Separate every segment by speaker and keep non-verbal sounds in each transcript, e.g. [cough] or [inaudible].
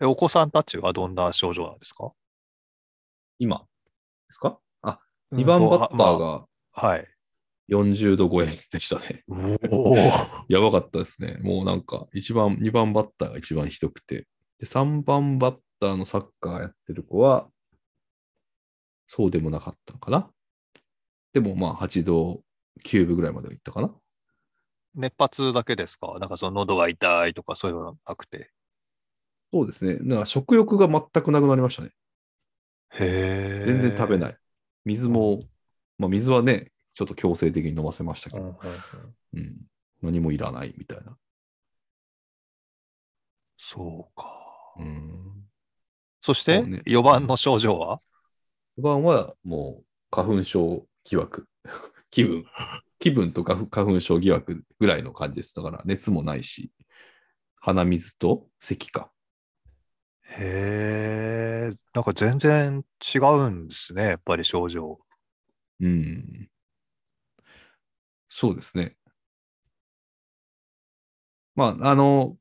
Speaker 1: えお子さんたちはどんな症状なんですか
Speaker 2: 今ですかあ、2番バッター
Speaker 1: うんと
Speaker 2: が
Speaker 1: あまあはい。 [laughs]
Speaker 2: 40度超えでしたね。 [laughs]
Speaker 1: おー
Speaker 2: やばかったですね。もうなんか、一番、2番バッターが一番ひどくて。で、3番バッターのサッカーやってる子は、そうでもなかったのかな。でもまあ、8度9分ぐらいまではいったかな。
Speaker 1: 熱発だけですかなんかその喉が痛いとかそういうのはなくて。
Speaker 2: そうですね。なんか食欲が全くなくなりましたね。
Speaker 1: へえ。。
Speaker 2: 全然食べないい。水も、まあ水はね、ちょっと強制的に飲ませましたけ
Speaker 1: うんうんう
Speaker 2: ど
Speaker 1: ん、
Speaker 2: うん、何もいらないみたいな。
Speaker 1: そうか。
Speaker 2: うん、
Speaker 1: そして、
Speaker 2: そうね
Speaker 1: 4番の症状は
Speaker 2: 4番はもう花粉症疑惑。 [laughs] 気分。気分と花粉花粉症疑惑ぐらいの感じです。だから熱もないし、鼻水と咳か。
Speaker 1: へえ。なんか全然違うんですね、やっぱり症状。
Speaker 2: うん。そうですね。まあ、あの、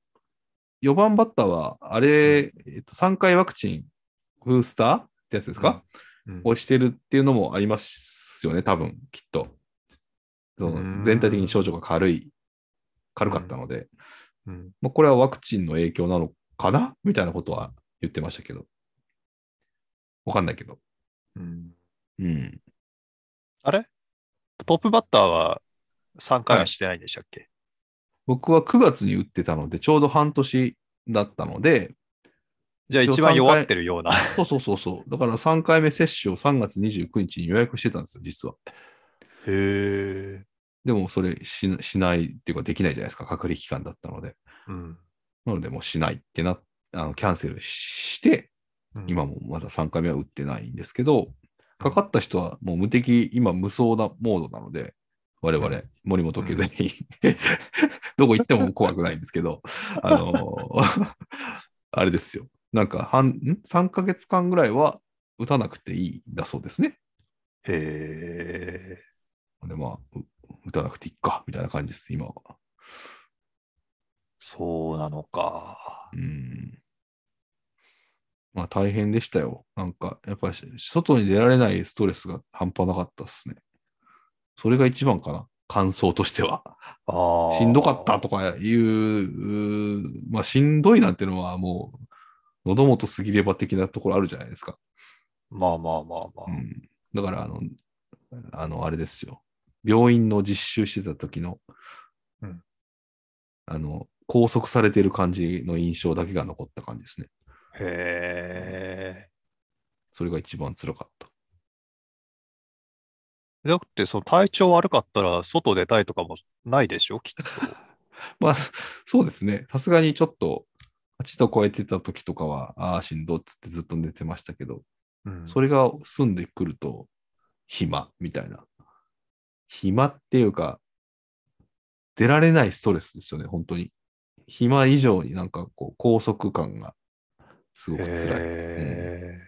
Speaker 2: 4番バッターは、あれ、えっと、3回ワクチン、ブースターってやつですか、
Speaker 1: うん
Speaker 2: をしてるっていうのもありますよね、多分、きっと。そ
Speaker 1: ー
Speaker 2: うの
Speaker 1: ん
Speaker 2: 全体的に症状が軽い、軽かったので、
Speaker 1: うん
Speaker 2: まあ、これはワクチンの影響なのかなみたいなことは言ってましたけど。わかんないけど。
Speaker 1: うん
Speaker 2: うん。
Speaker 1: あれトップバッターは3回
Speaker 2: は
Speaker 1: はいしてないんでしたっけ、
Speaker 2: 僕は9月に打ってたので、ちょうど半年だったので、
Speaker 1: じゃあ
Speaker 2: 一応
Speaker 1: 一番
Speaker 2: 三回
Speaker 1: 弱ってるような。
Speaker 2: そうそうそうそう。 [laughs] だから3回目接種を3月29日に予約してたんですよ、実は。
Speaker 1: へえ。
Speaker 2: でもそれししないっていうかできないじゃないですか、隔離期間だったので。
Speaker 1: うん。
Speaker 2: なのでもうしないってな、あのキャンセルして、今もまだ3回目は打ってないんですけど、かかった人はもう無敵、今無双なモードなので、我々、
Speaker 1: うん
Speaker 2: 森本家全員、 [laughs] どこ行っても怖くないんです
Speaker 1: [laughs]
Speaker 2: けど、あのー [laughs] あれですよ。なんか半、ん ?3 ヶ月間ぐらいは打たなくていいんだそうですね。
Speaker 1: へえ。
Speaker 2: で、まあ、う打たなくていいか、みたいな感じです、今は。
Speaker 1: そうなのか。
Speaker 2: うん。まあ、大変でしたよ。なんか、やっぱりし、外に出られないストレスが半端なかったですね。それが一番かな。感想としては。
Speaker 1: ああ。
Speaker 2: しんどかったとかいう、うーまあ、しんどいなんてのはもう、喉元過ぎれば的なところあるじゃないですか。
Speaker 1: まあまあまあまあ。
Speaker 2: うん。だから、あの、あの、あれですよ。病院の実習してた時の、
Speaker 1: うん
Speaker 2: あの、拘束されてる感じの印象だけが残った感じですね。
Speaker 1: へ
Speaker 2: それが一番辛かった。
Speaker 1: え。だって、その体調悪かったら、外出たいとかもないでしょ、きっ
Speaker 2: [laughs] まあ、そうですね。さすがにちょっと、8度超えてた時とかは、ああ、しんどっつってずっと寝てましたけど、
Speaker 1: と。うん
Speaker 2: それが済んでくると、暇みたいな。暇っていうか、出られないストレスですよね、本当に。暇以上になんかこう、拘束感がすごく辛い。
Speaker 1: へえ。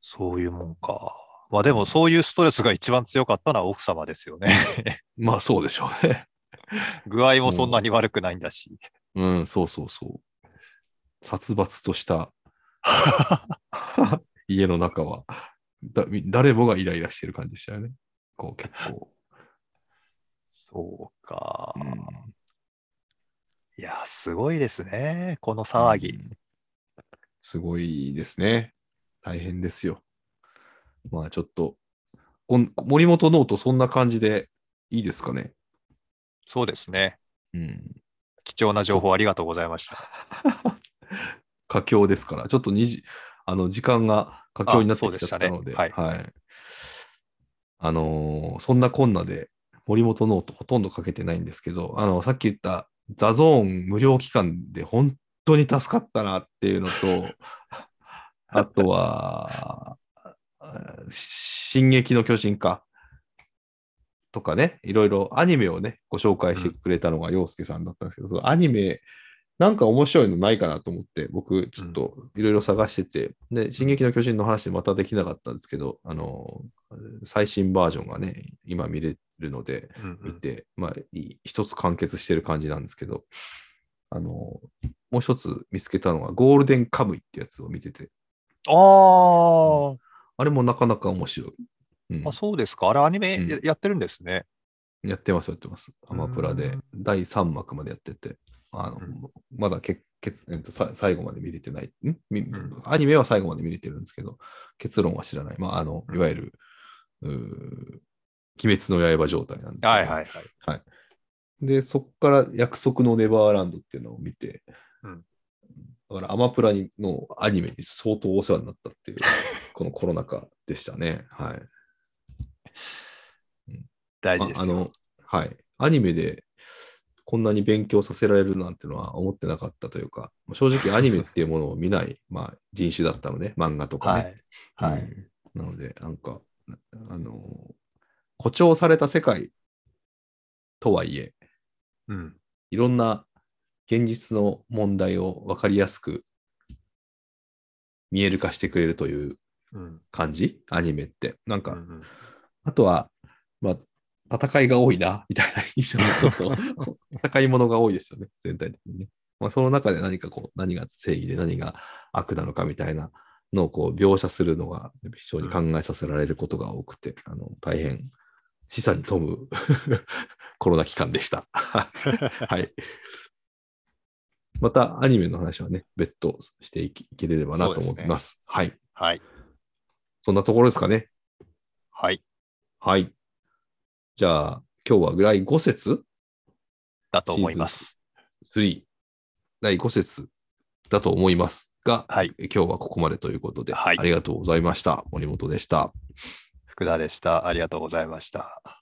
Speaker 1: そういうもんか。まあでも、そういうストレスが一番強かったのは奥様ですよ
Speaker 2: [laughs]
Speaker 1: ね。
Speaker 2: まあそうでしょうね。
Speaker 1: 具合もそんなに悪くないんだし。
Speaker 2: うん、そうそうそう。殺伐とした
Speaker 1: [laughs]
Speaker 2: 家の中は、だみ誰もがイライラしてる感じでしたよね。こう結構。
Speaker 1: そうか。
Speaker 2: うん
Speaker 1: いや、すごいですね。この騒ぎ。
Speaker 2: うんすごいですね。大変ですよ。まあちょっと、こん森本ノートそんな感じでいいですかね。
Speaker 1: そうですね。
Speaker 2: うん。
Speaker 1: 貴重な情報ありがとうございました。 [laughs]
Speaker 2: 佳境ですから、ちょっとにじあの時間が佳境になってきちゃったので、
Speaker 1: あそうでしたね
Speaker 2: あのーそんなこんなで、森本ノートほとんどかけてないんですけど、あのさっき言ったザゾーン無料期間で本当に助かったなっていうのと、 [laughs] あとは、あ進撃の巨人か。とかね、いろいろアニメをね、ご紹介してくれたのが洋介さんだったんですけど、そのアニメ、なんか面白いのないかなと思って、僕、ちょっといろいろ探してて、で、進撃の巨人の話またできなかったんですけど、あの、最新バージョンがね、今見れるので、
Speaker 1: うんう
Speaker 2: 見
Speaker 1: ん
Speaker 2: て、まあ、い一つ完結してる感じなんですけど、あの、もう一つ見つけたのは、ゴールデンカムイってやつを見てて、
Speaker 1: あー
Speaker 2: あれもなかなか面白い。うん
Speaker 1: あ、そうですか。あれアニメ
Speaker 2: う
Speaker 1: ややってるんですね。
Speaker 2: やってます、やってます。アマプラ
Speaker 1: う
Speaker 2: で
Speaker 1: ん、
Speaker 2: 第3幕までやってて、あの
Speaker 1: うん
Speaker 2: まだけけえっと、さ最後まで見れてないんみ
Speaker 1: ん
Speaker 2: アニメは最後まで見れてるんですけど、結論は知らない。まあ、あの
Speaker 1: うん
Speaker 2: いわゆる、うー鬼滅の刃状態なんですけど、
Speaker 1: はいはいはい。
Speaker 2: で、そこから約束のネバーランドっていうのを見て、
Speaker 1: うん
Speaker 2: だからアマプラにのアニメに相当お世話になったっていう、このコロナ禍でしたね。はい。
Speaker 1: 大事ですよ。
Speaker 2: ああの、はい。アニメでこんなに勉強させられるなんてのは思ってなかったというか、もう正直アニメっていうものを見ない、 [laughs] まあ、人種だったので、漫画とか
Speaker 1: は
Speaker 2: ね。
Speaker 1: い。はい。
Speaker 2: うんなので、なんか、あの誇張された世界とはいえ、
Speaker 1: うん。
Speaker 2: いろんな現実の問題を分かりやすく見える化してくれるという
Speaker 1: うん。
Speaker 2: 感じアニメって。なんか、
Speaker 1: うんうん
Speaker 2: あとは、まあ、戦いが多いな、みたいな印象がちょっと、戦いものが多いですよね、全体的にね。まあ、その中で何かこう、何が正義で何が悪なのかみたいなのをこう描写するのが非常に考えさせられることが多くて、あの大変、示唆に富む [laughs] コロナ期間でした。はい。またアニメの話はね、別途していきいければなと思います。はい。
Speaker 1: はい。
Speaker 2: そんなところですかね。
Speaker 1: はい。
Speaker 2: はい。じゃあ、今日は第5節
Speaker 1: だと思います。
Speaker 2: ?3。第5節だと思いますが、
Speaker 1: はい。
Speaker 2: 今日はここまでということで、
Speaker 1: はい
Speaker 2: ありがとうございました。森本でした。
Speaker 1: 福田でした。ありがとうございました。